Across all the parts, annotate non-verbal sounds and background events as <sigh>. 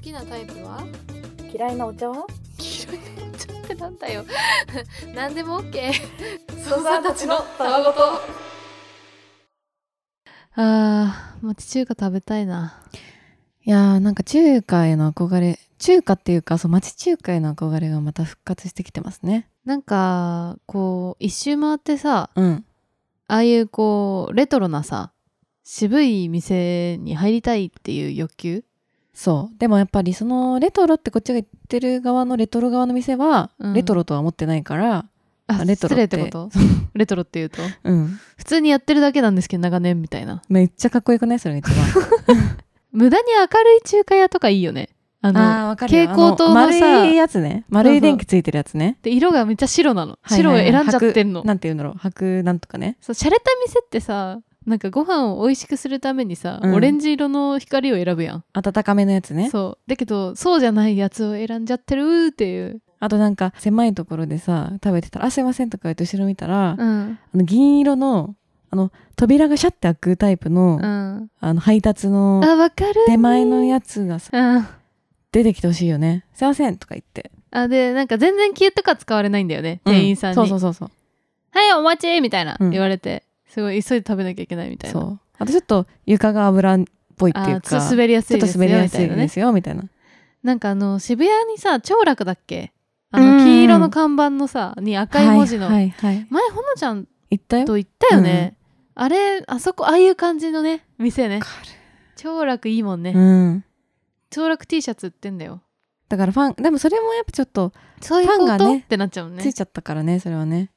きなタイプは嫌いなお茶は黄色いのちょっとなんだよ <laughs> 何でも OK ソーサーたちのたわごとあー町中華食べたいないやーなんか中華への憧れ中華っていうかそう町中華への憧れがまた復活してきてますねなんかこう一周回ってさうんああいうこうレトロなさ渋い店に入りたいっていう欲求そうでもやっぱりそのレトロってこっちが言ってる側のレトロ側の店は、うんレトロとは思ってないからあレト失ロ礼っってて <laughs> ことレトロっていうとうん普通にやってるだけなんですけど長年みたいなめっちゃかっこよくないそれが一番 <laughs> 無駄に明るい中華屋とかいいよねあのーわか蛍光灯のさあ丸いやつね丸い電気ついてるやつねで色がめっちゃ白なの、はいはいはい白を選んじゃってんの白なんて言うんだろう白なんとかねそう洒落た店ってさなんかご飯を美味しくするためにさ、うんオレンジ色の光を選ぶやん、温かめのやつねそうだけどそうじゃないやつを選んじゃってるっていう、あとなんか狭いところでさ食べてたら「あすいません」とか言って後ろ見たら、あうんの銀色のあの扉がシャッて開くタイプの,、うん、あの配達のあわかる手前のやつがさうん出てきてほしいよね「すいません」とか言ってあでなんか全然気とか使われないんだよね、店員さんにそうそうそうそうはいお待ち!」みたいなうん言われて、すごい急いで食べなきゃいけないみたいなそうあとちょっと床が油っぽいっていあうーちょかっと滑りやすちょいっでとす滑よりやみすたいいなでねすよみたいななんかあの渋谷にさ長楽だっけあうんうのん黄色の看板のさに赤い文字の、はいはいはい前ほのちゃん行ったよと行ったよね、あれあそこああいう感じのね店ねわか長楽いいもんね、うん長楽 T シャツ売ってんだよだからファンでもそれもやっぱちょっとそういうこファンと、がねってなっちゃうもんついねちゃったからねそれはね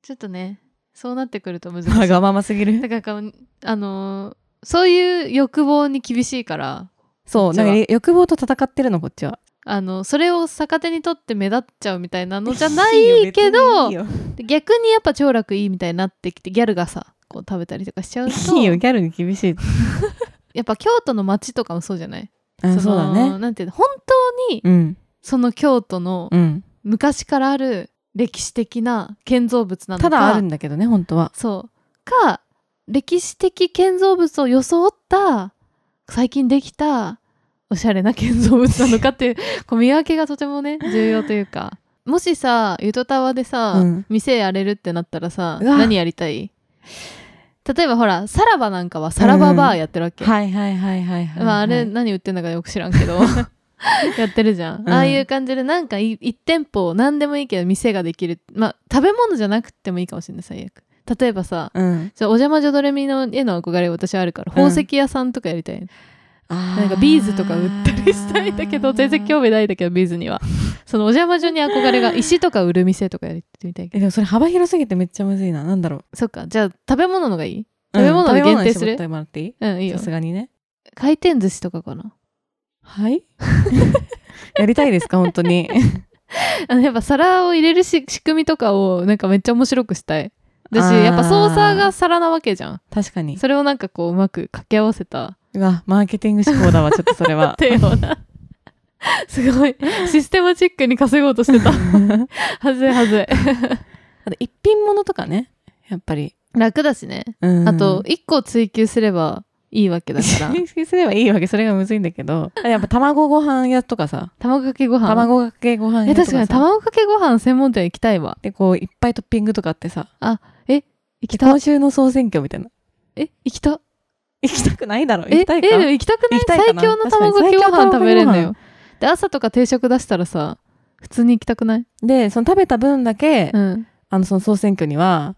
ちょっとねそうなってくると難しいわがまますぎるだからこうあのーそういう欲望に厳しいからそうこっちはなんか欲望と戦ってるのこっちはあのそれを逆手にとって目立っちゃうみたいなのじゃないいよけど別にいいよ逆にやっぱ長楽いいみたいになってきてギャルがさこう食べたりとかしちゃうといいよギャルに厳しいやっぱ京都の街とかもそうじゃないあのそうだねなんていうの本当にうんその京都のうん昔からある歴史的な建造物なのかただあるんだけどね本当はそうか歴史的建造物を装った最近できたおしゃれな建造物なのかっていうこう見分けがとてもね重要というかもしさゆとたわでさ、うん店やれるってなったらさうわ何やりたい例えばほらさらばなんかはさらばバーやってるわけ、はいはいはいはいはいまあ、あれはい何売ってんだかよく知らんけ <laughs> どやってるじゃん、うんああいう感じでなんかい一店舗何でもいいけど店ができるまあ食べ物じゃなくてもいいかもしれない最悪例えばさ、うんじゃあお邪魔女ドレミの絵の憧れ私はあるから宝石屋さんとかやりたい、ななんかビーズとか売ったりしたいんだけ <laughs> ど全然興味ないんだけどビーズにはそのお邪魔女に憧れが石とか売る店とかやってみたいけどえでもそれ幅広すぎてめっちゃむずいななんだろうそっかじゃあ食べ物のがいいうん食べ物に限定する食べ物に絞ってもらっていうんいいいよさすがにね回転寿司とかかなはい <laughs> やりたいですか本 <laughs> 当にあのやっぱ皿を入れるし仕組みとかをなんかめっちゃ面白くしたいだあしーやっぱ操作が皿なわけじゃん確かにそれをなんかこううまく掛け合わせたうわマーケティング思考だわちょっとそれ <laughs> はってようなすごいシステマチックに稼ごうとしてた <laughs> はずいはずい <laughs> あと一品物とかねやっぱり、楽だしね、うんあと1個追求すればいいわけだから <laughs> 認識すればいいわけそれがむずいんだけど <laughs> あやっぱ卵ご飯屋とかさ卵かけご飯卵かけご飯え屋とか確さかに卵かけご飯専門店行きたいわでこういっぱいトッピングとかあってさ行きた今週の総選挙みたいな <laughs> え行きた行きたくないだろ行ええきたいかでも行きたくない行きたいか最な強の卵かけご確飯かに最強の卵かけご飯食べれんのよで朝とか定食出したらさ普通に行きたくないでその食べた分だけ、うんあのその総選挙には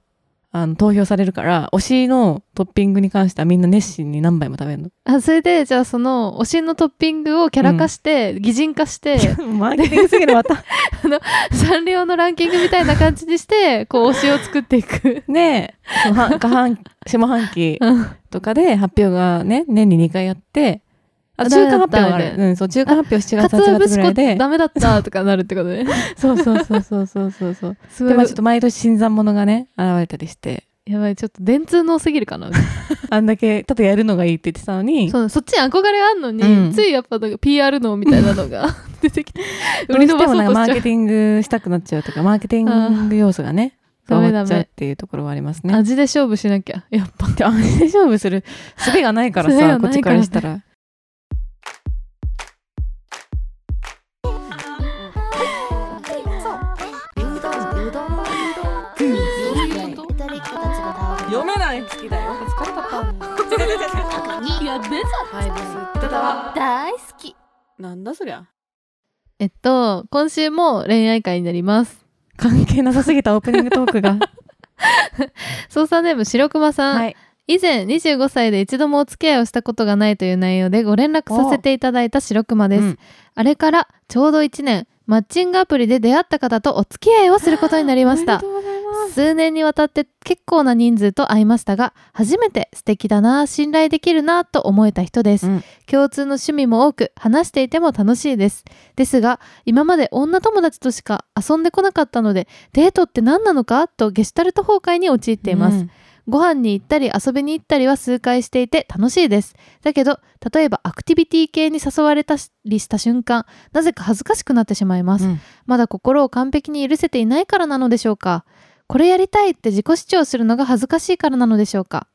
あの投票されるから推しのトッピングに関してはみんな熱心に何杯も食べるのあそれでじゃあその推しのトッピングをキャラ化して、擬人化して <laughs> <laughs> マーケティングすぎるまたサンリオのランキングみたいな感じに <laughs> してこう推しを作っていくねえその半下半下半期うんとかで発表がね年に2回やってあと中間発表があだよる、ねうん、そう中間発表7か月つお8月節ぐら子いでダメだったとかなるってことねそうそうそうそうそうそうそう <laughs> すご <laughs> でいまあちょっと毎年新参者がね現れたりしてやばいちょっと電通の多すぎるかなあんだけただやるのがいいって言ってたのにそうそっちに憧れあんのに、うんついやっぱなんか PR のみたいなのが <laughs> 出てきてど売うりし伸てばそもなんかうとマしちーゃケティングしたくなっちゃう <laughs> とかマーケティング要素がねうダ変メわっダちゃうっメていうところはありますね。味で勝負しなきゃやっぱで味で勝負 <laughs> する術がないから術がなさいこっちからしたら。前好きだよ。疲れたったんだいや別にはいブスってたわ大好きなんだそりゃえっと今週も恋愛会になります関係なさすぎたオープニングトーク <laughs> が。操作ネーム白熊さん、はい。以前25歳で一度もお付き合いをしたことがないという内容でご連絡させていただいた白熊です、うんあれからちょうど1年マッチングアプリで出会った方とお付き合いをすることになりましたおめでとうございます。数年にわたって結構な人数と会いましたが初めて素敵だな信頼できるなと思えた人です、うん共通の趣味も多く話していても楽しいですですが今まで女友達としか遊んでこなかったのでデートって何なのかとゲシュタルト崩壊に陥っています、うんご飯に行ったり遊びに行ったりは数回していて楽しいです。だけど、例えばアクティビティ系に誘われたりした瞬間、なぜか恥ずかしくなってしまいます。うんまだ心を完璧に許せていないからなのでしょうかこれやりたいって自己主張するのが恥ずかしいからなのでしょうか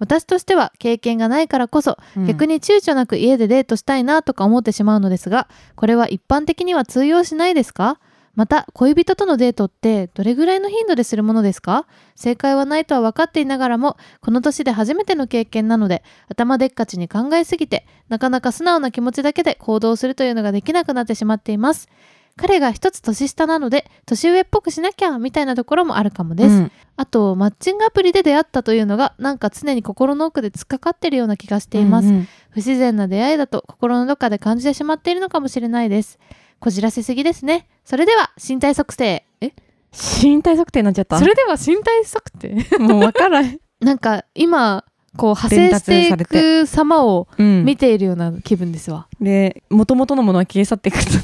私としては経験がないからこそ、逆にに躊躇なく家でデートしたいなとか思ってしまうのですが、これは一般的には通用しないですかまた、恋人とのデートってどれぐらいの頻度でするものですか正解はないとは分かっていながらも、この年で初めての経験なので、頭でっかちに考えすぎて、なかなか素直な気持ちだけで行動するというのができなくなってしまっています。彼が一つ年下なので、年上っぽくしなきゃみたいなところもあるかもです。あと、マッチングアプリで出会ったというのが、なんか常に心の奥で突っかかってるような気がしています。うん不自然な出会いだと心のどっかで感じてしまっているのかもしれないです。こじらせすぎですね。それでは身体測定。え身体測定になっちゃった。れでは身体測 <laughs> 定もう分からん。なんか今、こう派生してい伝達さく様をうん見ているような気分ですわ。で、元々のものは消え去っていくとね。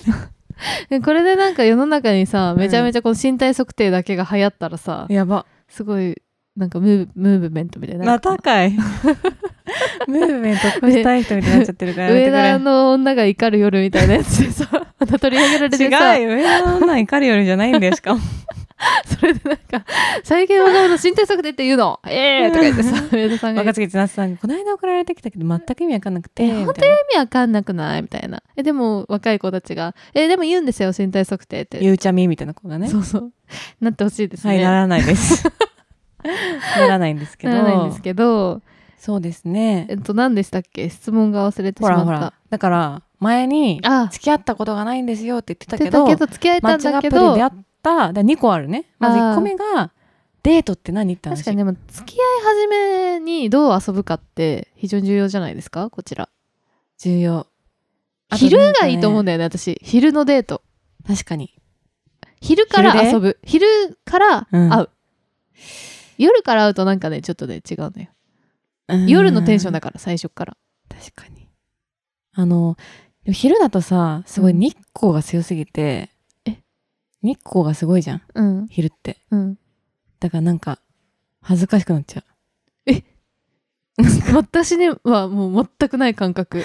でこれでなんか世の中にさ、んめちゃめちゃこの身体測定だけが流行ったらさ、 <laughs> やば。すごい、なんかムーブムーブメントみたいになまるかな。たか <laughs> い。ムーブメント起こしたい人みたいになっちゃってるからやめ上てくれ田。の女が怒る夜みたいなやつでさ、 <laughs> また取り上げられてさ、違うよ。上田の女は怒るよりじゃないんだよ、しか <laughs> も。それでなんか、最近若者の身体測定って言うの、ええーとか言ってさ、上田さんが言若って槻千夏さんが、この間送られてきたけど、全く意味わかんなくて。えみたいな意味わかんなくないみたいな。え、でも若い子たちが、え、でも言うんですよ、身体測定って。ゆうちゃみみたいな子がね。そうそう。 <laughs> なってほしいですはね。い、ならないです。 <laughs> ならないんですけど。ならないんですけど、そうですねえ。っと、何でしたっけ質問が忘れてしほまった。らほら。だから、前に、あ付き合ったことがないんですよって言ってた言ってけたど、けど、付き合えマたッんチングだアプけリでど、出会った、で2個あるね。まずあー1個目が、デートって何って話。確かにでも、付き合い始めにどう遊ぶかって非常に重要じゃないですかこちら。重要。あと昼がいいと思うんなんかだよね、私。昼のデート。ね確かに。昼から昼で遊ぶ。昼からうん会う。夜から会うとなんかね、ちょっとね、違うのよ。うん夜のテンションだから、最初から。確かに。あの、でも昼だとさ、すごいうん日光が強すぎて、え日光がすごいじゃん、うん。昼って。うん。だからなんか、恥ずかしくなっちゃう。私にはもう全くない感覚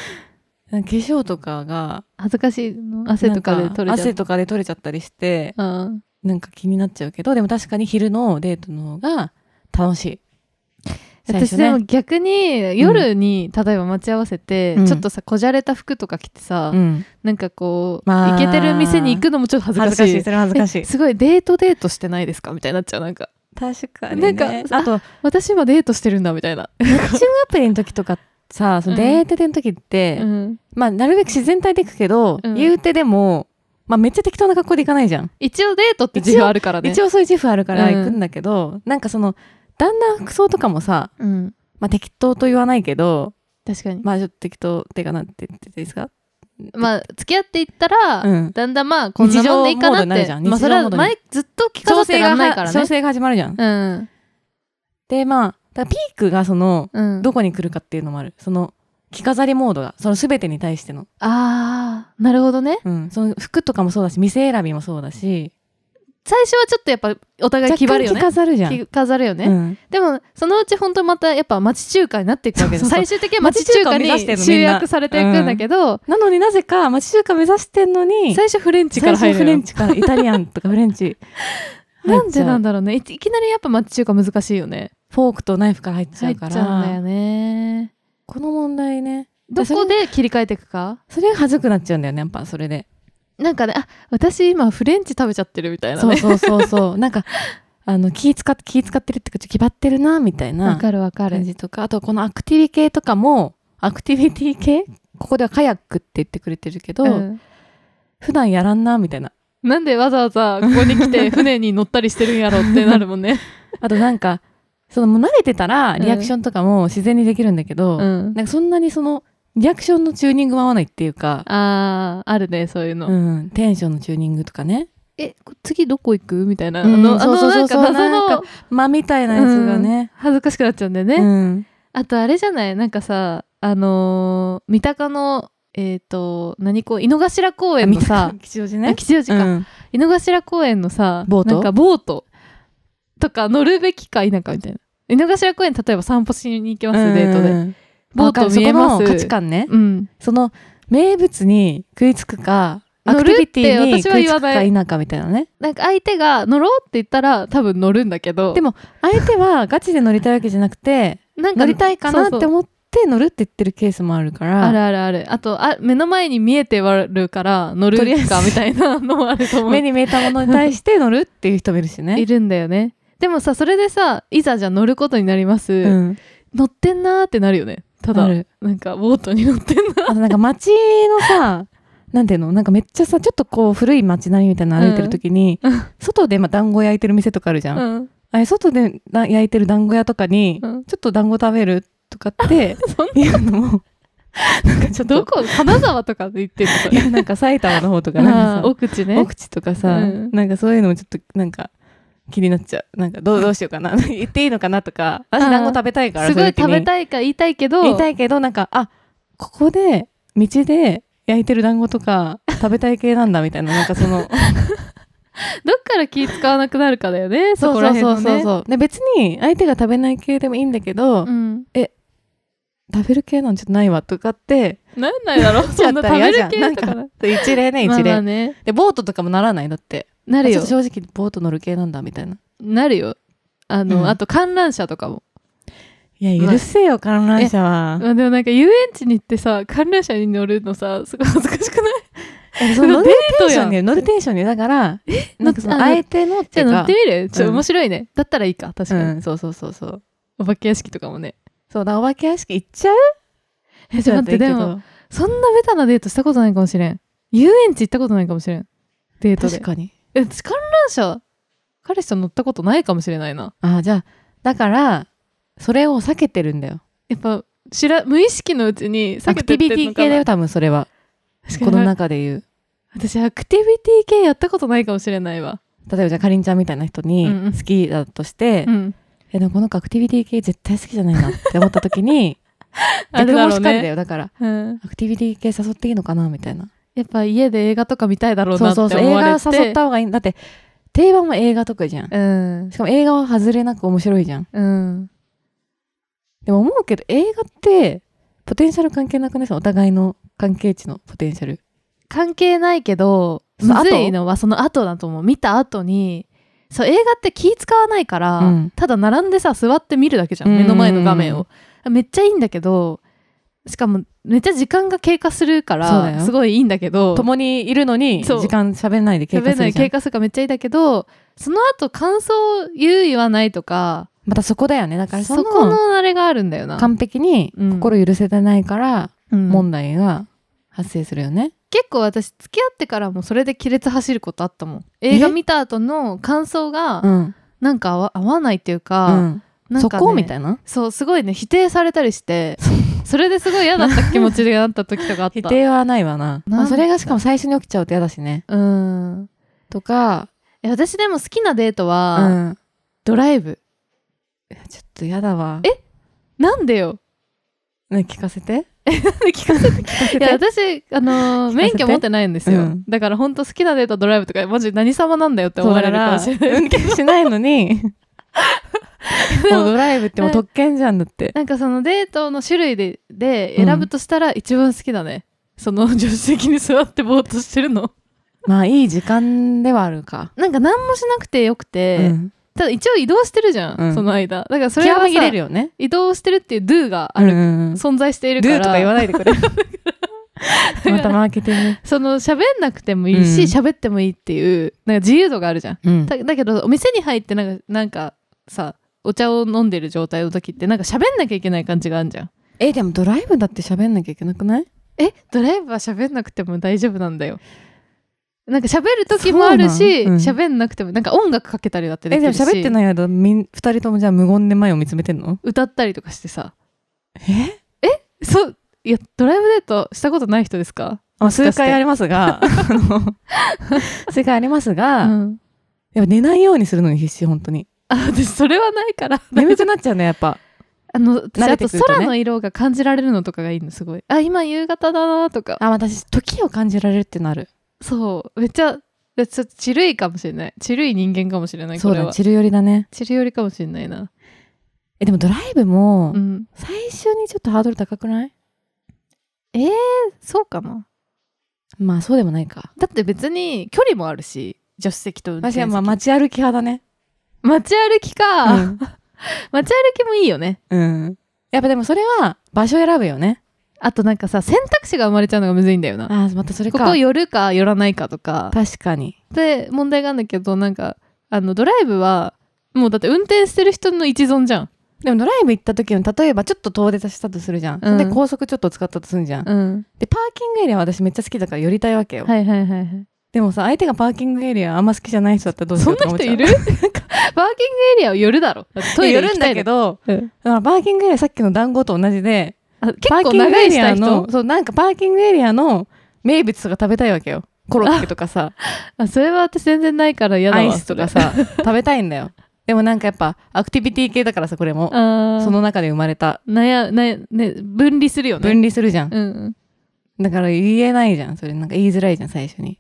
なんか化粧とかが、恥ずかしい汗とかで取れなんちゃ汗うとかで取れちゃったりして、あーなんか気になっちゃうけど、でも確かに昼のデートの方が楽しい。最初私ねでも逆に夜に、例えば待ち合わせて、うんちょっとさこじゃれた服とか着てさ、うん、なんかこう、まあイケてる店に行くのもちょっと恥ずか恥しいずかしいそれは恥ずかしいえすごいデートデートしてないですかみたいになっちゃうなんか <laughs> 確かなんかあとマッ私今デートしてるんだみたいな、チングアプリの時とかさそのデートでの時って、 <laughs> うんまあなるべく自然体で行くけど、うん言うてでも、まあ、めっちゃ適当な格好で行かないじゃん、一応デートって字があるからね一応、応そういう自負あるからうん行くんだけど、なんかそのだんだん服装とかもさ、うん、まあ、適当と言わないけど確かにままあちょっと適当っていうかなんて言っていいですかあ付き合っていったら、うんだんだんまあこんなもんでいいかなって日常モードになるじゃんまあそれ日常モはードに前ずっと着飾ってらんないからね調整が始まるじゃん、うんでまあだからピークがそのうんどこに来るかっていうのもあるその着飾りモードがその全てに対してのあーなるほどねうん、その服とかもそうだし店選びもそうだし最初はちょっとやっぱお互い若気張る干よ着ね飾るじゃん、着飾るよね、うん、でもそのうち本当またやっぱ町中華になっていくわけですそうそうそ最終う的には町中華に町中華を目指してんのみ集んな約されていくんだけど、なのになぜか町中華目指してんのに最初フレンチから最入初るフよレンチからイタリアンとかフレン <laughs> チなんでなんだだろうねいいきなりやっぱ町中華難しいよねフォークとナイフから入っちゃ入うっちゃかうんらだよねこの問題ねどこで切り替えていくかそれが恥ずくなっちゃうんだよねやっぱそれで、なんかねあ私今フレンチ食べちゃってるみたいなそうね <laughs> そうそうそうなんかあの気使って気使ってるっていうかちょっと気張ってるなみたいわなかるわか感る。じとかあとこのアクティビ系とかもアクティビティ系ここではカヤックって言ってくれてるけど、うん普段やらんなみたいななんでわざわざここに来 <laughs> て船に乗ったりしてるんやろってなるもんね。あとなんかそのもう慣れてたらんリアクションとかも自然にできるんだけうど、ん。なんかそんなにそのリアクションのチューニングも合わないっていうか、あー、あるね、そういうの。うん、テンションのチューニングとかねえ、次どこ行くみたいな。あうんの、あそうの、そうなそんうそかう謎なんのか、間みたいなやつがね、恥ずかしくなっちゃうんだよね。うんあとあれじゃないなんかさ、あのー三鷹の、えっ、と、何こう、井の頭公園のさ、吉祥寺あね吉祥寺か、うん井の頭公園のさ、ボートなんかボートとか乗るべきか否かみたいな。井の頭公園、例えば散歩しに行きます、デートうんで。うんうんボーわかトるそ見こえます。の価値観ね、うん。その名物に食いつくかア乗クるテっィてビティ私はに食言いつわくないか否かみたいなねなんか相手が乗ろうって言ったら多分乗るんだけど。でも相手はガチで乗りたいわけじゃなくてなん乗りたいかなってそうそう思って乗るって言ってるケースもあるからあるあるある。あと、あ、目の前に見えてはるから乗るとりあえずかみたいなのもあると思う。 <laughs> 目に見えたものに対して乗るっていう人もいるしね。いるんだよね。でもさ、それでさ、いざじゃあ乗ることになります。うん、乗ってんなーってなるよね。ただあ、るなんかボートに乗ってんな。あとなんか街のさなんていうのなんかめっちゃさちょっとこう古い街並みみたいなの歩いてる時に、うん外でまあ団子焼いてる店とかあるじゃん、うん。あれ外でな焼いてる団子屋とかに、うんちょっと団子食べるとかって <laughs> そんいうのもなんかちょっとどこ金沢とかで行ってんのそいれ。やなんか埼玉の方とかなんあーかさ奥地ね。奥地とかさ、うんなんかそういうのもちょっとなんか気になっちゃうなんかどうどうしようかな <laughs> 言っていいのかなとか私団子食べたいからすごいそうう時食にべたいか言いたいけど、言いたいいけどなんかあここで道で焼いてる団子と <laughs> か食べたい系なんだみたいななんかそ <laughs> のどっから気使わなくなるかだよね。そこら辺のね。うで別に相手が食べない系でもいいんだけど、うん。食べる系なんちょっとないわとかってなんないだ <laughs> ろうそんな食べる系とかなな。んか一例ね一例、まあまあね。でボートとかもならないだってなあるちよょっと。正直ボート乗る系なんだみたいななるよ。あの、うんあと観覧車とかも。いや許せよ観覧車はまあでもなんか遊園地に行ってさ、観覧車に乗るのさ、すごい恥ずかしくないえその乗るテンションデートに乗るテンションにだからなんかその乗っあ相手のっじていゃうあ乗かってみるちょっとうん面白いね。だったらいいか、確かに。うんそうそうそうそうお化け屋敷とかもね。そうだお化け屋敷行っちゃうえ、ちょっと待って、でも、そんなベタなデートしたことないかもしれん。遊園地行ったことないかもしれん。デート確で。かにえ、私観覧車、彼氏と乗ったことないかもしれないな。あじゃあだからそれを避けてるんだよやっぱ、知ら、無意識のうちに避アけクてテっィビてテんのィか系だなよ多分それは確かこにの中で言う私、アクティビティ系やったことないかもしれないわ。例えばじゃあかりんちゃんみたいな人にうんうん好きだとして、うん。えでもこの子アクティビティ系絶対好きじゃないなって思った時に <laughs> あ逆るだもろしうかりだね。よだからうん。アクティビティ系誘っていいのかなみたいなやっぱ家で映画とか見たいだろうそなうってそ思うわれそうて。映画誘った方がいいだって定番も映画とかじゃんうん。しかも映画は外れなく面白いじゃんうん。でも思うけど映画ってポテンシャル関係なくないそのお互いの関係値のポテンシャル関係ないけど、そのむ後ずいのはその後だと思う。見た後に、そう、映画って気使わないから、うんただ並んでさ、座って見るだけじゃん。うんうん目の前の画面を。めっちゃいいんだけど、しかもめっちゃ時間が経過するかそうら、だよすごいいいんだけど、共にいるのにそう時間喋んないで経過喋んすなるいじゃん経過するからめっちゃいいんだけど、その後感想を言う言わないとか、またそこだよねだからそそこののあれがあるんだよな。完璧にうん心許せてないからうん問題が発生するよね、結構私付き合ってからもそれで亀裂走ることあったもん映画見た後の感想うがんなんか合わ合わないっていううか,、んなんかねそこみたいなそうすごいね否定されたりしてそれですごい嫌だった気持ちになった時とかあった <laughs> 否定はないわなまなあ、んそれがしかも最初に起きちゃうと嫌だしねうんとか、え私でも好きなデートうは、ん、ドライブちょっと嫌だわえなんでよね聞かせて <laughs> 聞かせて聞かせいや私、あのー聞かせ免て許持ってないんですよ、うんだから本当好きなデートドライブとかマジ何様なんだよって思そうわだれかるからもしれない運転しないの <laughs> にもうドライブってもう特権じゃんだってなんかそのデートの種類でで選ぶとしたら一番好きだね、その助手席に座ってぼーっとしてるのまあいい時間ではあるか、なんか何もしなくてよくて、うんただ一応移動してるじゃん、うんその間だからそれ気はさは紛れるよね移動してるっていう do がある、うんうんうん存在しているドかゥらとか言わないでくれ <laughs> またマーケティング。その喋んなくてもいいしうん喋、ってもいいっていうなんか自由度があるじゃんうんだだけどお店に入ってなんかなんかさお茶を飲んでる状態の時ってなんか喋んなきゃいけない感じがあるじゃんえ、でもドライブだって喋んなきゃいけなくないえドライブは喋んなくても大丈夫なんだよなんか喋る時もあるしそうなんうん喋、ん、なくてもなんか音楽かけたりだってでえ、きでるもし喋ってない間、みん、二人ともじゃあ無言で前を見つめてんの歌ったりとかしてさえそういやドライブデートしたことない人ですかあしかして数回ありますが、あの数回ありますう <laughs> が、んやっぱ寝ないようにするのに必死、本当 <laughs> に。あ私それはないから眠くなっちゃうね、やっぱ。あの私慣あれとてくるとね空の色が感じられるのとかがいいのすごいあ今夕方だなとかあ、私、時を感じられるってなる。そうめっちゃでちょっとちるいかもしれないちるい人間かもしれないそこうれだ、はチル寄りだね。ちるよりかもしれないなえ、でもドライブもう、ん最初にちょっとハードル高くないそうかなまあ、そうでもないか。だって別に距離もあるし助手席と運転私席はまあ街歩き派だね。街歩きか、うん街歩きもいいよねうん。やっぱでもそれは場所選ぶよね。あとなんかさ選択肢が生まれちゃうのがむずいんだよなああ、またそれこか。こ寄るか寄らないかとか確かに。で問題があるんだけどなんかあのドライブはもうだって運転してる人の一存じゃんでもドライブ行った時の、例えばちょっと遠出したとするじゃん。うんで、高速ちょっと使ったとするじゃん。うんで、パーキングエリアは私めっちゃ好きだから寄りたいわけよ。はいはいはいはいでもさ、相手がパーキングエリアあんま好きじゃない人だったらどうしそんようとなか思っ人ちいゃう。るなんかパーキングエリアを寄るだろだってトいイやレ行寄るきんただいけのど、うんだからパーキングエリアさっきの団子と同じで、あ結パー構キング長エいしリたア人の、そう、なんかパーキングエリアの名物とか食べたいわけよ。コロッケとかさ。あそれは私全然ないから嫌だわアイスとかさ食べたいんだよでもなんかやっぱアクティビティ系だからさこれもそれあーその中で生まれた悩悩ね分離するよね分離するじゃん、うんうんだから言えないじゃんそれなんか言いづらいじゃん最初に、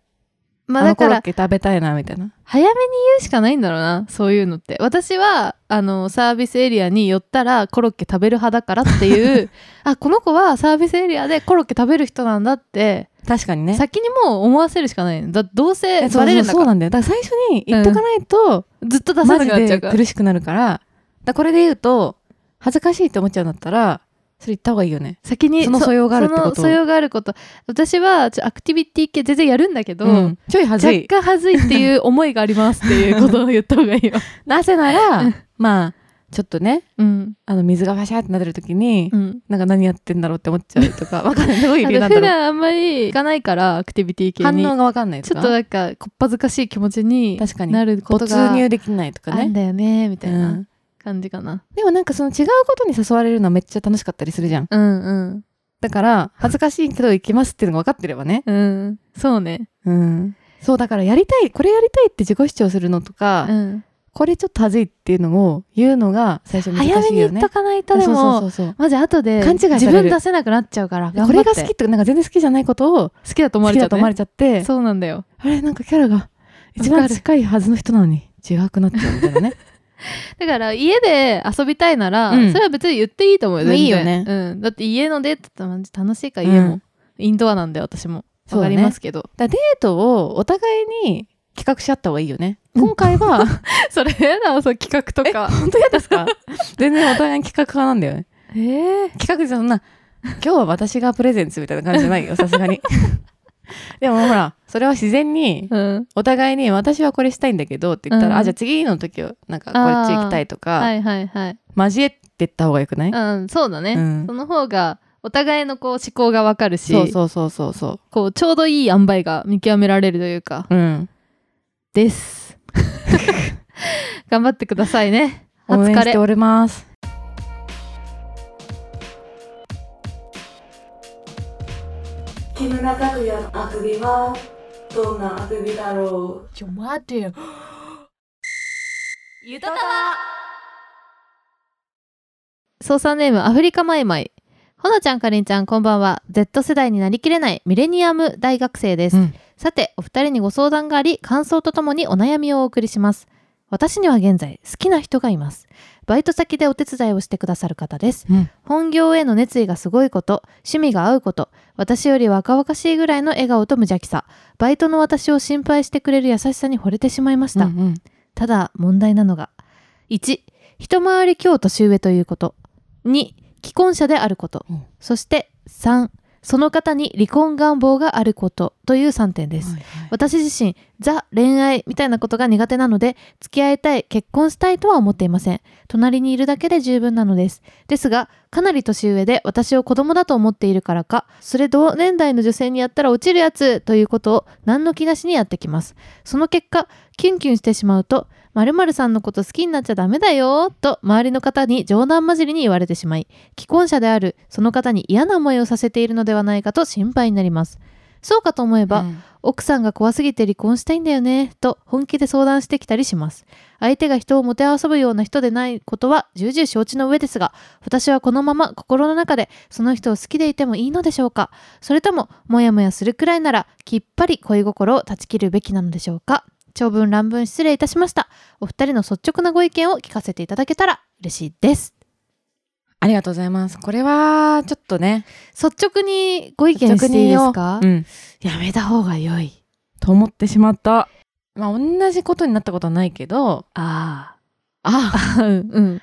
まああだのコかロらッケ食べたいなみたいな早めに言うしかないんだろうなそういうのって私はあのサービスエリアに寄ったらコロッケ食べる派だからって <laughs> いうあこの子はサービスエリアでコロッケ食べる人なんだって、確かにね先にもう思わせるしかないのだどうせえそバうレるそうんだそからうなんだよだから最初に言っとかないと、ずっと出さマなジくなっちゃでうから苦しくなるからだからこれで言うと恥ずかしいって思っちゃうんだったらそれ言った方がいいよね先にその素養があるってことその素養があること私はちょアクティビティ系全然やるんだけど、うんちょい恥ず若い干恥ずいっていう思いがありますっていうことを言った方がいいよ。なぜならまあちょっとねうん。あの水がバシャーってなってる時に、うん。なんか何やってんだろうって思っちゃう <laughs> とか、わかんない。どういうあ理の由なん普だろう。段あんまり行かないから、アクティビティ系反に。応がわかんないとちか。ょっとなんか、こっぱずかしい気持ちに確かになることが没あ入できないとかるんね。だよね、みたいうなん感じかな。でもなんかその違うことに誘われるのはめっちゃ楽しかったりするじゃん。うんうん。だから、恥ずかしいけど行きますっていうのが分かってればね。うん。そうね。うん。そう、だからやりたい、これやりたいって自己主張するのとか、うん。これちょっと恥ずいっていうのを言うのが最初難しいよ早ね。めに言っとかかないと、でそも、うそうそうマジ後で勘違いされる自分出せなくなっちゃうから、そう。ここれれがが好好き、きとか、なんか全然好きじゃないことを好きだと思好わきれちゃだう、と思わね。れちゃって、そうなんだよ。あれなんかキャラが一わか番る近いはずの人なのに違くなっちゃうみたいなね。だから家で遊びたいなら、うんそれは別に言っていいと思うよまあ全然いいよねうん、だって家のデートってマジ楽しいから家も、うんインドアなんで私もそわうかだねりますけどだからデートをお互いに企画し合った方がいいよね。うん今回 <laughs> は、そ,、れやだそう企画とか本当嫌ですか全然お互いに企画派なんだよね。えー、企画じゃそんな、今日は私がプレゼンツみたいな感じじゃ <laughs> ないよ、さすがに。でもほら、それは自然に、うんお互いに私はこれしたいんだけどって言ったら、うんあ、じゃあ次の時は、なんかこっち行きたいとか、はいはいはい交えてった方がよくない、うんそうだね、うんその方がお互いのこう思考がわかるしそうそうそうそうそこうちょうどいい塩梅が見極められるというかう。うん。です <laughs> <laughs> 頑張ってくださいねお応援疲しれております。木村拓哉のあくびはどんなあくびだろうちょ待てよゆたた操作ネームアフリカマイマイほのちゃんかりんちゃんこんばんは Z 世代になりきれないミレニアム大学生です、うんさてお二人にご相談があり感想とともにお悩みをお送りします私には現在好きな人がいますバイト先でお手伝いをしてくださる方です、うん本業への熱意がすごいこと趣味が合うこと私より若々しいぐらいの笑顔と無邪気さバイトの私を心配してくれる優しさに惚れてしまいました、うんうんただ問題なのが1一回り今日年上ということ2既婚者であること、うんそして3その方に離婚願望があることという3点です。私自身ザ恋愛みたいなことが苦手なので付き合いたい結婚したいとは思っていません隣にいるだけで十分なのですですがかなり年上で私を子供だと思っているからかそれ同年代の女性にやったら落ちるやつということを何の気なしにやってきますその結果キュンキュンしてしまうと〇〇さんのこと好きになっちゃダメだよと周りの方に冗談交じりに言われてしまい既婚者であるその方に嫌な思いをさせているのではないかと心配になりますそうかと思えば、奥さんが怖すぎて離婚したいんだよねと本気で相談してきたりします相手が人をもてあそぶような人でないことは重々承知の上ですが私はこのまま心の中でその人を好きでいてもいいのでしょうかそれともモヤモヤするくらいならきっぱり恋心を断ち切るべきなのでしょうか長文乱文失礼いたしましたお二人の率直なご意見を聞かせていただけたら嬉しいですありがとうございます。これは、ちょっとね、率直にご意見していいですか、うん。やめた方が良いと思ってしまった。まあ、同じことになったことはないけど、あああ <laughs> うんうん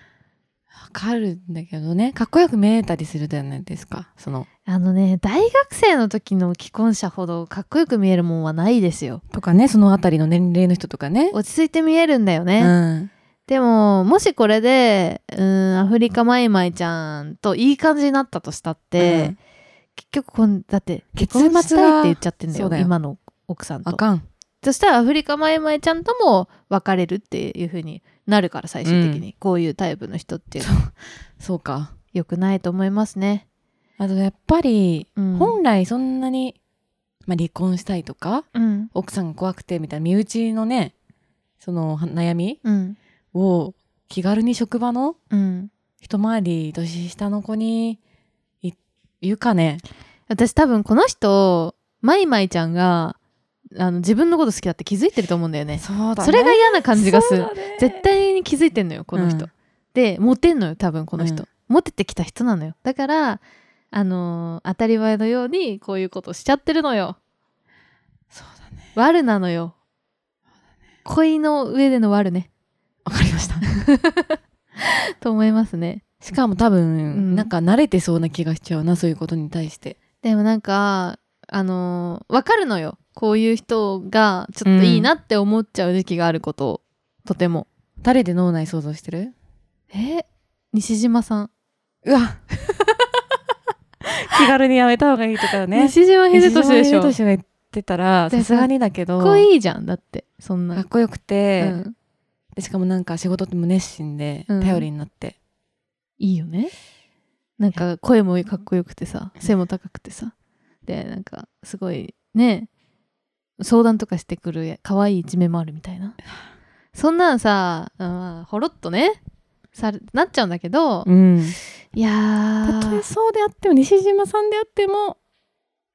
わかるんだけどね、かっこよく見えたりするじゃないですか。その、あのね大学生の時の既婚者ほどかっこよく見えるもんはないですよとかね、そのあたりの年齢の人とかね。落ち着いて見えるんだようね、ん。でももしこれでうーんアフリカマイマイちゃんといい感じになったとしたって、うん結局こんだって結結婚末がしたいって言っちゃってんだそようだよ今の奥さんあとかん。そしたらアフリカマイマイちゃんとも別れるっていう風になるから最終的に、こういうタイプの人っていうのはそうか。良くないと思いますね、あと、やっぱり、うん、本来そんなに、まあ、離婚したいとか、うん奥さんが怖くてみたいな身内のね、そのは悩みうんを気軽に職場のうん一回り年下の子にい言うかね。私多分この人マイマイちゃんがあの自分のこと好きだって気づいてると思うんだよねそそうれが嫌な感じがする、絶対対に気づいてんのよこの人、うんでモテんのよ多分この人、うんモテてきた人なのよだからあのー当たり前のようにこういうことしちゃってるのよそうだね。悪なのよ恋の上での悪ねわかりました。と思いますね <laughs> しかも多ん分、なんか慣れてそうな気がしちゃうな、そういうことに対して。でもなんかあのーわかるのよこういう人がちょっといいなって思っちゃう時期があることを、とても誰で脳内想像してるえ西島さん、うわ <laughs> 気軽にやめた方がいいとかね。西島秀俊でしょ西島秀俊が言ってたら、でさすがにだけど、かっこいいじゃんだってそんかなっこよくて、うんでしかもなんか仕事も熱心で、うん頼りになって。いいよねなんか声もかっこよくてさ背も高くてさでなんかすごいね相談とかしてくる可愛い一面もあるみたいなそんなんさ、うんまあ、ほろっとねされなっちゃうんだけど、うん。いやたとえーそうであっても西島さんであっても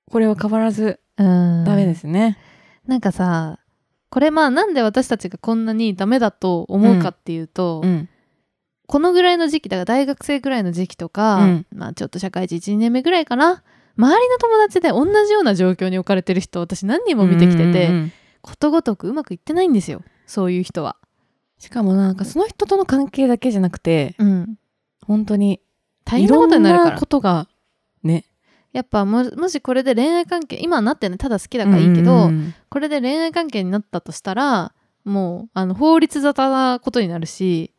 これは変わらずうんダメですね。なんかさこれまあなんで私たちがこんなにダメだと思うかっていうと、ん。このぐらいの時期だから大学生ぐらいの時期とか、うんまあちょっと社会人1年目ぐらいかな周りの友達で同じような状況に置かれてる人私何人も見てきてて、うんうんうんことごとくうまくいってないんですよそういう人は。しかもなんかその人との関係だけじゃなくてうん、本当に大変なことになるかいろんらなことがね。やっぱももしこれで恋愛関係今はなってねただ好きだからいいけど、うんうんこれで恋愛関係になったとしたらもうあの法律沙汰なことになるし、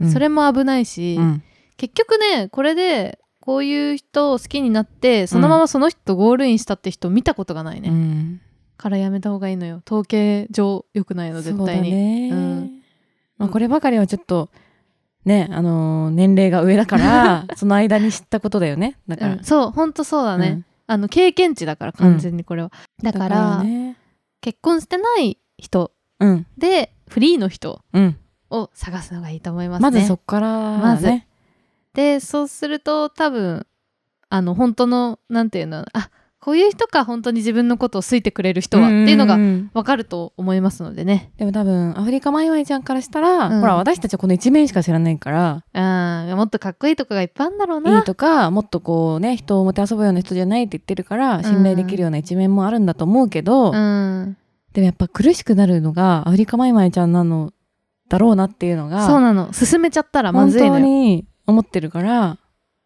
うんそれも危ないし。うん結局ねこれでこういう人を好きになってそのままその人とゴールインしたって人見たことがないね、うんからやめた方がいいのよ統計上良くないのそ絶うだ対にねうんまあこればかりはちょっとねあのー年齢が上だから <laughs> その間に知ったことだよねだうかんら。そうほんとそうだね、うんあの経験値だから完全にこれは、だからね結婚してない人うんでフリーの人うんを探すのがいいと思いますねまずそっからまずねでそうすると多分あの本当のなんていうのあこういう人か本当に自分のことを好いてくれる人は、っていうのがんんん分かると思いますのでねでも多分アフリカマイマイちゃんからしたら、うんほら私たちはこの一面しか知らないからあーもっとかっこいいとかがいっぱいあるんだろういいな。とかもっとこうね人をもて遊ぶような人じゃないって言ってるから信頼できるような一面もあるんだと思うけうど、ん、でもやっぱ苦しくなるのがアフリカマイマイちゃんなのだろうなっていうそうのがなの進めちゃったらま本ずい当のよ。に思ってるから、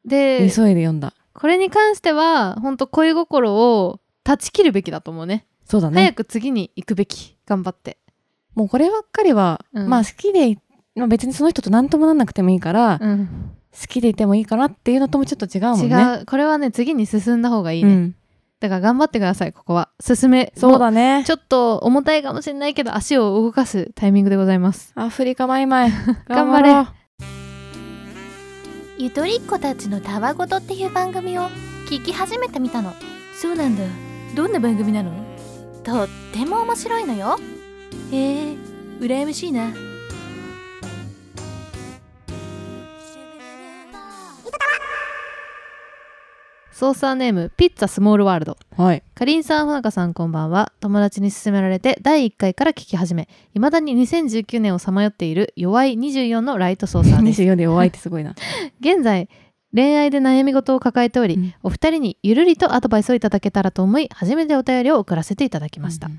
で急いで読んだ。これに関しては本当恋心を断ち切るべきだと思うねそうだ早ね。く次に行くべき頑張ってもうこればっかりは、うんまあ好きでい、まあ、別にその人と何ともなんなくてもいいから、うん好きでいてもいいかなっていうのともちょっと違うもんね。違うこれはね次に進んだ方がいいうね、ん、だから頑張ってくださいここは進めそうだ <laughs> ね。ちょっと重たいかもしれないけど足を動かすタイミングでございますアフリカマイマイ。 <laughs> 頑張れろうゆとりっ子たちのたわごとっていう番組を聞き始めてみたのそうなんだどんな番組なのとっても面白いのよへえ羨ましいなソーサーネームピッツァスモールワールドはい。かりんさんほなかさんこんばんは友達に勧められて第1回から聞き始めいまだに2019年をさまよっている弱い24のライトソーサーです <laughs> 24で弱いってすごいな。現在恋愛で悩み事を抱えており、うんお二人にゆるりとアドバイスをいただけたらと思い初めてお便りを送らせていただきました、うん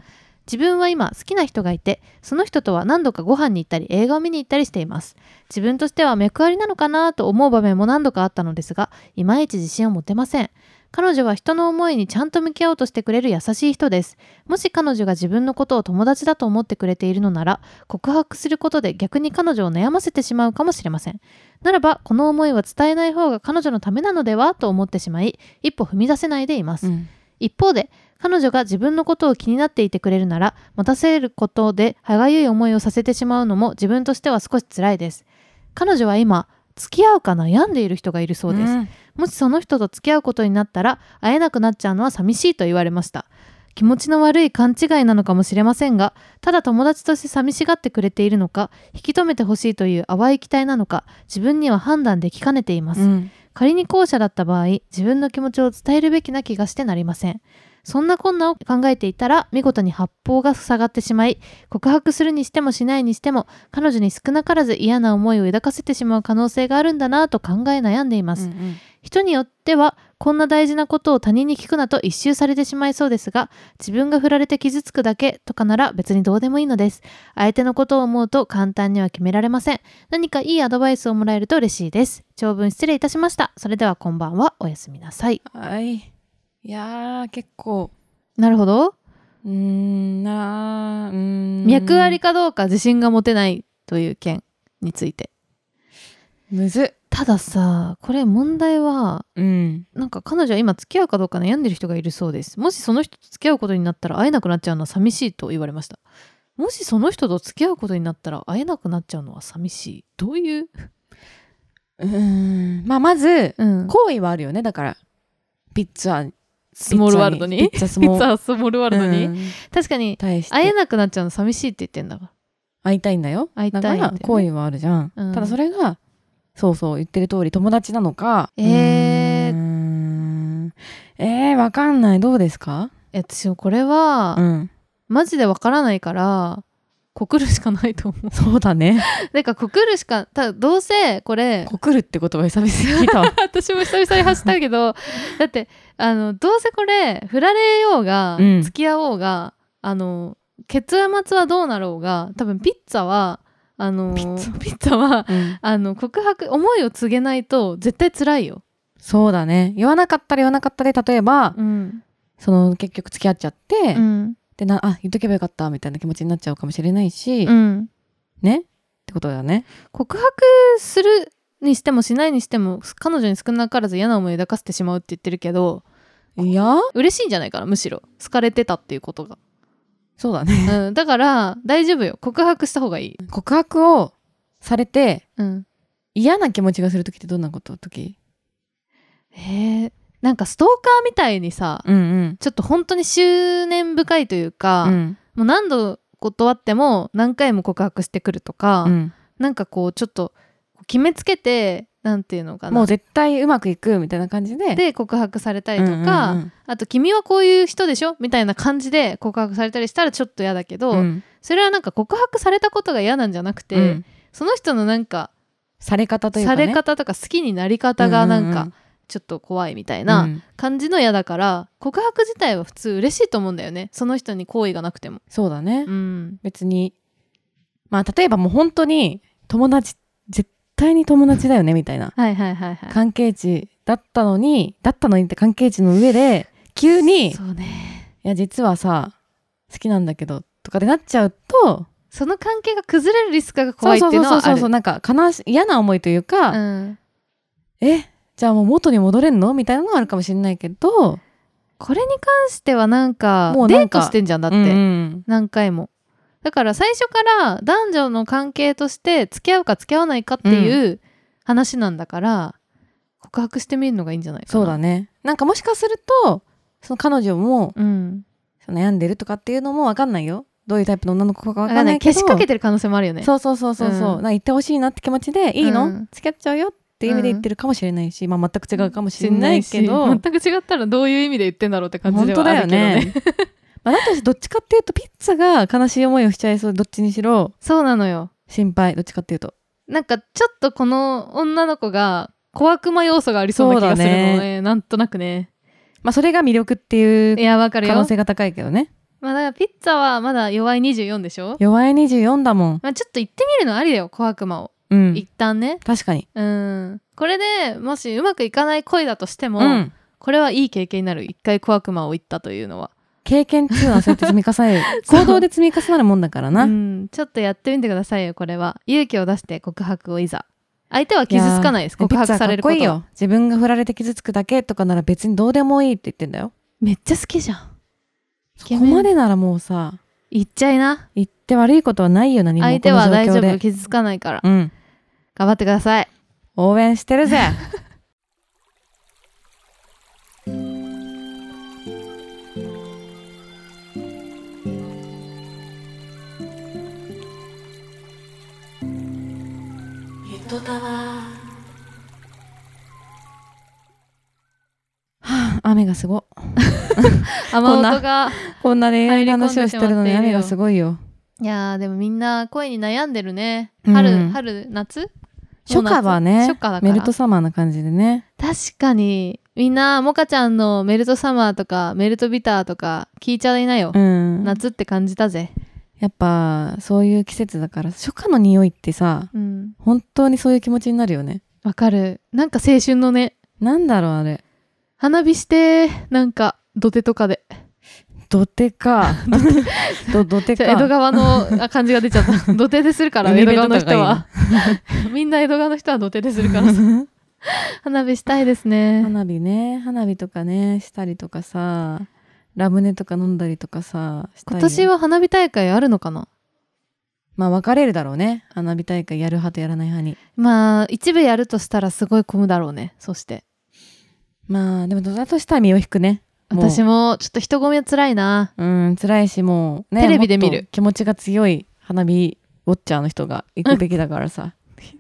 自分は今好きな人がいてその人とは何度かご飯に行ったり映画を見に行ったりしています自分としては脈ありなのかなと思う場面も何度かあったのですがいまいち自信を持てません彼女は人の思いにちゃんと向き合おうとしてくれる優しい人ですもし彼女が自分のことを友達だと思ってくれているのなら告白することで逆に彼女を悩ませてしまうかもしれませんならばこの思いは伝えない方が彼女のためなのではと思ってしまい一歩踏み出せないでいます、うん一方で彼女が自分のことを気になっていてくれるなら待たせることで歯がゆい思いをさせてしまうのも自分としては少し辛いです彼女は今付き合うか悩んでいる人がいるそうです、んもしその人と付き合うことになったら会えなくなっちゃうのは寂しいと言われました気持ちの悪い勘違いなのかもしれませんがただ友達として寂しがってくれているのか引き止めてほしいという淡い期待なのか自分には判断できかねています、うん仮に後者だった場合自分の気持ちを伝えるべきな気がしてなりませんそんな困難を考えていたら見事に八方が塞がってしまい告白するにしてもしないにしても彼女に少なからず嫌な思いを抱かせてしまう可能性があるんだなぁと考え悩んでいます、うん人によってはこんな大事なことを他人に聞くなと一周されてしまいそうですが自分が振られて傷つくだけとかなら別にどうでもいいのです相手のことを思うと簡単には決められません何かいいアドバイスをもらえると嬉しいです長文失礼いたしましたそれではこんばんはおやすみなさいはい。いやー、結構、なるほどうーん、なーうーん。脈ありかどうか自信が持てないという件についてむず。たださこれ問題はうん。なんか彼女は今付き合うかどうか悩んでる人がいるそうですもしその人と付き合うことになったら会えなくなっちゃうのは寂しいと言われましたもしその人と付き合うことになったら会えなくなっちゃうのは寂しいどういう、うーん。まあ、まず、うん好意はあるよね、だから。ピッツァ、スモールワールドにピッツァスピッモツールァ <laughs> スモールワールドに、うん確かに対して。会えなくなっちゃうの寂しいって言ってんだわ会いたいんだよ。会いたいんだよだねから、好意はあるじゃん。うんただ、それが、そうそう、言ってる通り、友達なのか。えーうーんえー、わかんない。どうですかえ私これは、うん。マジでわからないから告るしかないと思うそうだね。 <laughs> <laughs> なんか告るしかただどうせこれ告るって言葉久々に聞いた <laughs> わ。私も久々に走ったけどだってあのどうせこれ振られようが、うん付き合おうがあの結末はどうなろうが多分ピッツァはあのピッツァはあの告白思いを告げないと絶対辛いよ。そうだね。言わなかったら言わなかったで、例えば、うんその結局付き合っちゃって、うんでな、あ、言っとけばよかったみたいな気持ちになっちゃうかもしれないし、うん、ねってことだよね。告白するにしてもしないにしても彼女に少なからず嫌な思いを抱かせてしまうって言ってるけどいや、嬉しいんじゃないかなむしろ好かれてたっていうことが、そうだね。う <laughs> ん、だから大丈夫よ告白した方がいい、告白をされて、うん、嫌な気持ちがするときってどんなこと時へえなんかストーカーみたいにさ、うんうん。ちょっと本当に執念深いというか、うん。もう何度断っても何回も告白してくるとか、うんなんかこうちょっと決めつけてなんていうのかなもう絶対うまくいくみたいな感じで。で告白されたうりんとうか、んうん、あと「君はこういう人でしょ?」みたいな感じで告白されたりしたらちょっと嫌だけど、うんそれはなんか告白されたことが嫌なんじゃなくて、うんその人のなんかされ方というか、さね。れ方とか好きになり方がなんううかうちょっと怖いみたいな、うん感じの嫌だから告白自体は普通嬉しいと思うんだよねその人に好意がなくてもそうだね。うん別にまあ例えばもう本当に友達絶対に友達だよねみたいなはいはいはいはい関係値だったのにだったのにって関係値の上で急に「いそうねや実はさ好きなんだけど」とかでなっちゃうとその関係が崩れるリスクが怖いっていうのはあそうるそうそうそうそうなんか悲し嫌な思いというか、うんえじゃあもう元に戻れんのみたいなのはあるかもしれないけどこれに関してはなんかもうなデーんかトしてんじゃんだだって、うん何回もだから最初から男女の関係として付き合うか付き合わないかっていう話なんだから、告白してみるのがいいんじゃないかなそうだねなんかもしかするとその彼女もうん悩んでるとかっていうのも分かんないよどういうタイプの女の子かだ分かかんならいけど消しかけてる可能性もあるよねそうそうそうそうそう、うんなんか言ってほしいなって気持ちでいいの、うん付き合っちゃうよっていう意味で言ってるかもしれないし、まあ全く違うかもしれないけどし全く違ったらどういう意味で言ってんだろうって感じ本で当はあだるよけどね <laughs> ね <laughs> まあだとしてどっちかっていうとピッツァが悲しい思いをしちゃいそうどっちにしろそうなのよ心配どっちかっていうとなんかちょっとこの女の子が小悪魔要素がありそうな気がするのそねうだなんとなくねまあそれが魅力っていういやわかる可よ能性が高いけどねまあだからピッツァはまだ弱い24でしょ、弱い24だもんまあ、ちょっと行ってみるのありだよ小悪魔を、うん一旦ね確かにうん、これでもしうまくいかない恋だとしても、うんこれはいい経験になる一回小悪魔を言ったというのは、経験っていうのは <laughs> そうやって積み重ねるそう行動で積み重なるもんだからな、うん、ちょっとやってみてくださいよこれは勇気を出して告白をいざ相手は傷つかないですやー告白されることピッツァかっこいいよ自分が振られて傷つくだけとかなら別にどうでもいいって言ってんだよめっちゃ好きじゃんイケこメンこまでならもうさ言っちゃいな言って悪いことはないよ何も相手はこの大状丈況で夫傷つかないからうん頑張ってください応援してるぜ <laughs> ゆとたわ雨がすご雨こんな音がこんな恋入愛のり込ん話でをししまってているるよのに雨がすごいよいやーでもみんな恋に悩んでるねうん春、春夏初夏はね初夏だからメルトサマーな感じでね確かにみんなモカちゃんのメルトサマーとかメルトビターとか聞いちゃいなよう、ん夏って感じだぜやっぱそういう季節だから初夏の匂いってさうん本当にそういう気持ちになるよねわかるなんか青春のねなんだろうあれ花火してなんか土手とかで土手 <laughs> かど土手ちょか江戸川のあ感じが出ちゃった <laughs> 土手でするから江海戸辺川のと人かは <laughs> みんな江戸川の人は土手でするからさ <laughs> 花火したいですね花火ね花火とかねしたりとかさラムネとか飲んだりとかさした今いよ年は花火大会あるのかなまあ分かれるだろうね花火大会やる派とやらない派にまあ一部やるとしたらすごい混むだろうねそしてまあでもどだとしたら身を引くねもう私もちょっと人混みは辛いなうん辛いしもうねテレビで見るもっと気持ちが強い花火ウォッチャーの人が行くべきだか <laughs> らさ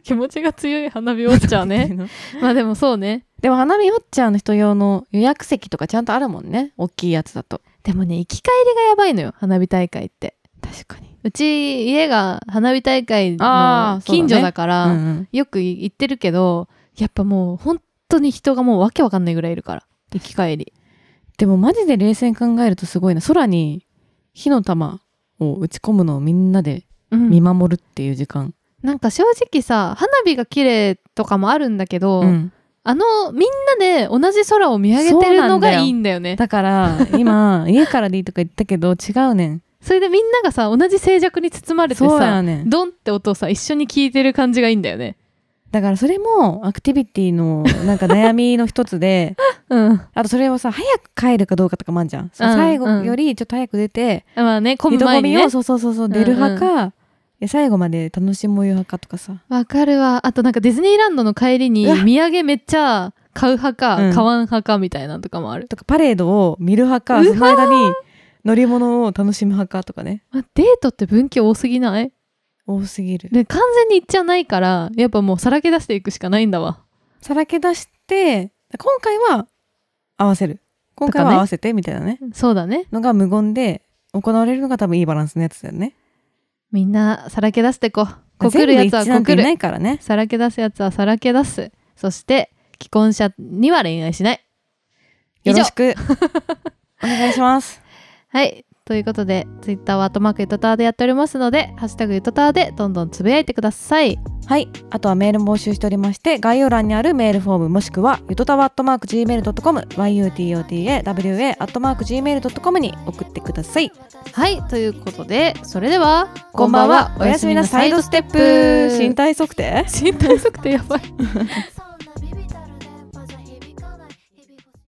気持ちが強い花火ウォッチャー <laughs> ね <laughs> まあでもそうねでも花火ウォッチャーの人用の予約席とかちゃんとあるもんね大きいやつだとでもね行き帰りがやばいのよ花火大会って確かにうち家が花火大会のあーそうだね近所だからうんうんよく行ってるけどやっぱもう本当に人がもうわけわかんないぐらいいるから行き帰りでもマジで冷静に考えるとすごいな空に火の玉を打ち込むのをみんなでうん見守るっていう時間、なんか正直さ花火が綺麗とかもあるんだけど、うんあのみんなで同じ空を見上げてるのがいいんだよねだから今家からでいいとか言ったけど違 <laughs> うねんそれでみんながさ同じ静寂に包まれてそうやさ、ねんドンって音をさ一緒に聞いてる感じがいいんだよねだからそれもアクティビティのなんか悩みの一 <laughs> つでうんあとそれをさ早く帰るかどうかとかもあるじゃん、そのうん最後よりちょっと早く出てまあね混む人前混にみねをそうそうそうそう出る派か、いや最後まで楽しもう派かとかさわかるわあとなんかディズニーランドの帰りにうわ土産めっちゃ買う派か、うん買わん派かみたいなのとかもあるとかパレードを見る派うかわーその間に乗り物を楽しむ派かとかねまあデートって分岐多すぎない多すぎるで完全に行っちゃないからやっぱもうさらけ出していくしかないんだわさらけ出して今回は合わせる今回は合わせてみたいなねそうだねのが無言で行われるのが多分いいバランスのやつだよねみんなさらけ出してこうこく全部るやつは一致なこんてくいるないからねさらけ出すやつはさらけ出すそして既婚者には恋愛しない以よ <laughs> 上ろしくお願いしますはいということで、ツイッターはアットマークゆとたわでやっておりますので、ハッシュタグゆとたわでどんどんつぶやいてください。はい。あとはメールも募集しておりまして、概要欄にあるメールフォームもしくは、ゆとたわアットマーク Gmail.com、yutotawa アットマーク Gmail.com に送ってください。はい、ということで、それでは、こんばんは。おやすみなサイドスステッププ。身体測定身体測定やばい。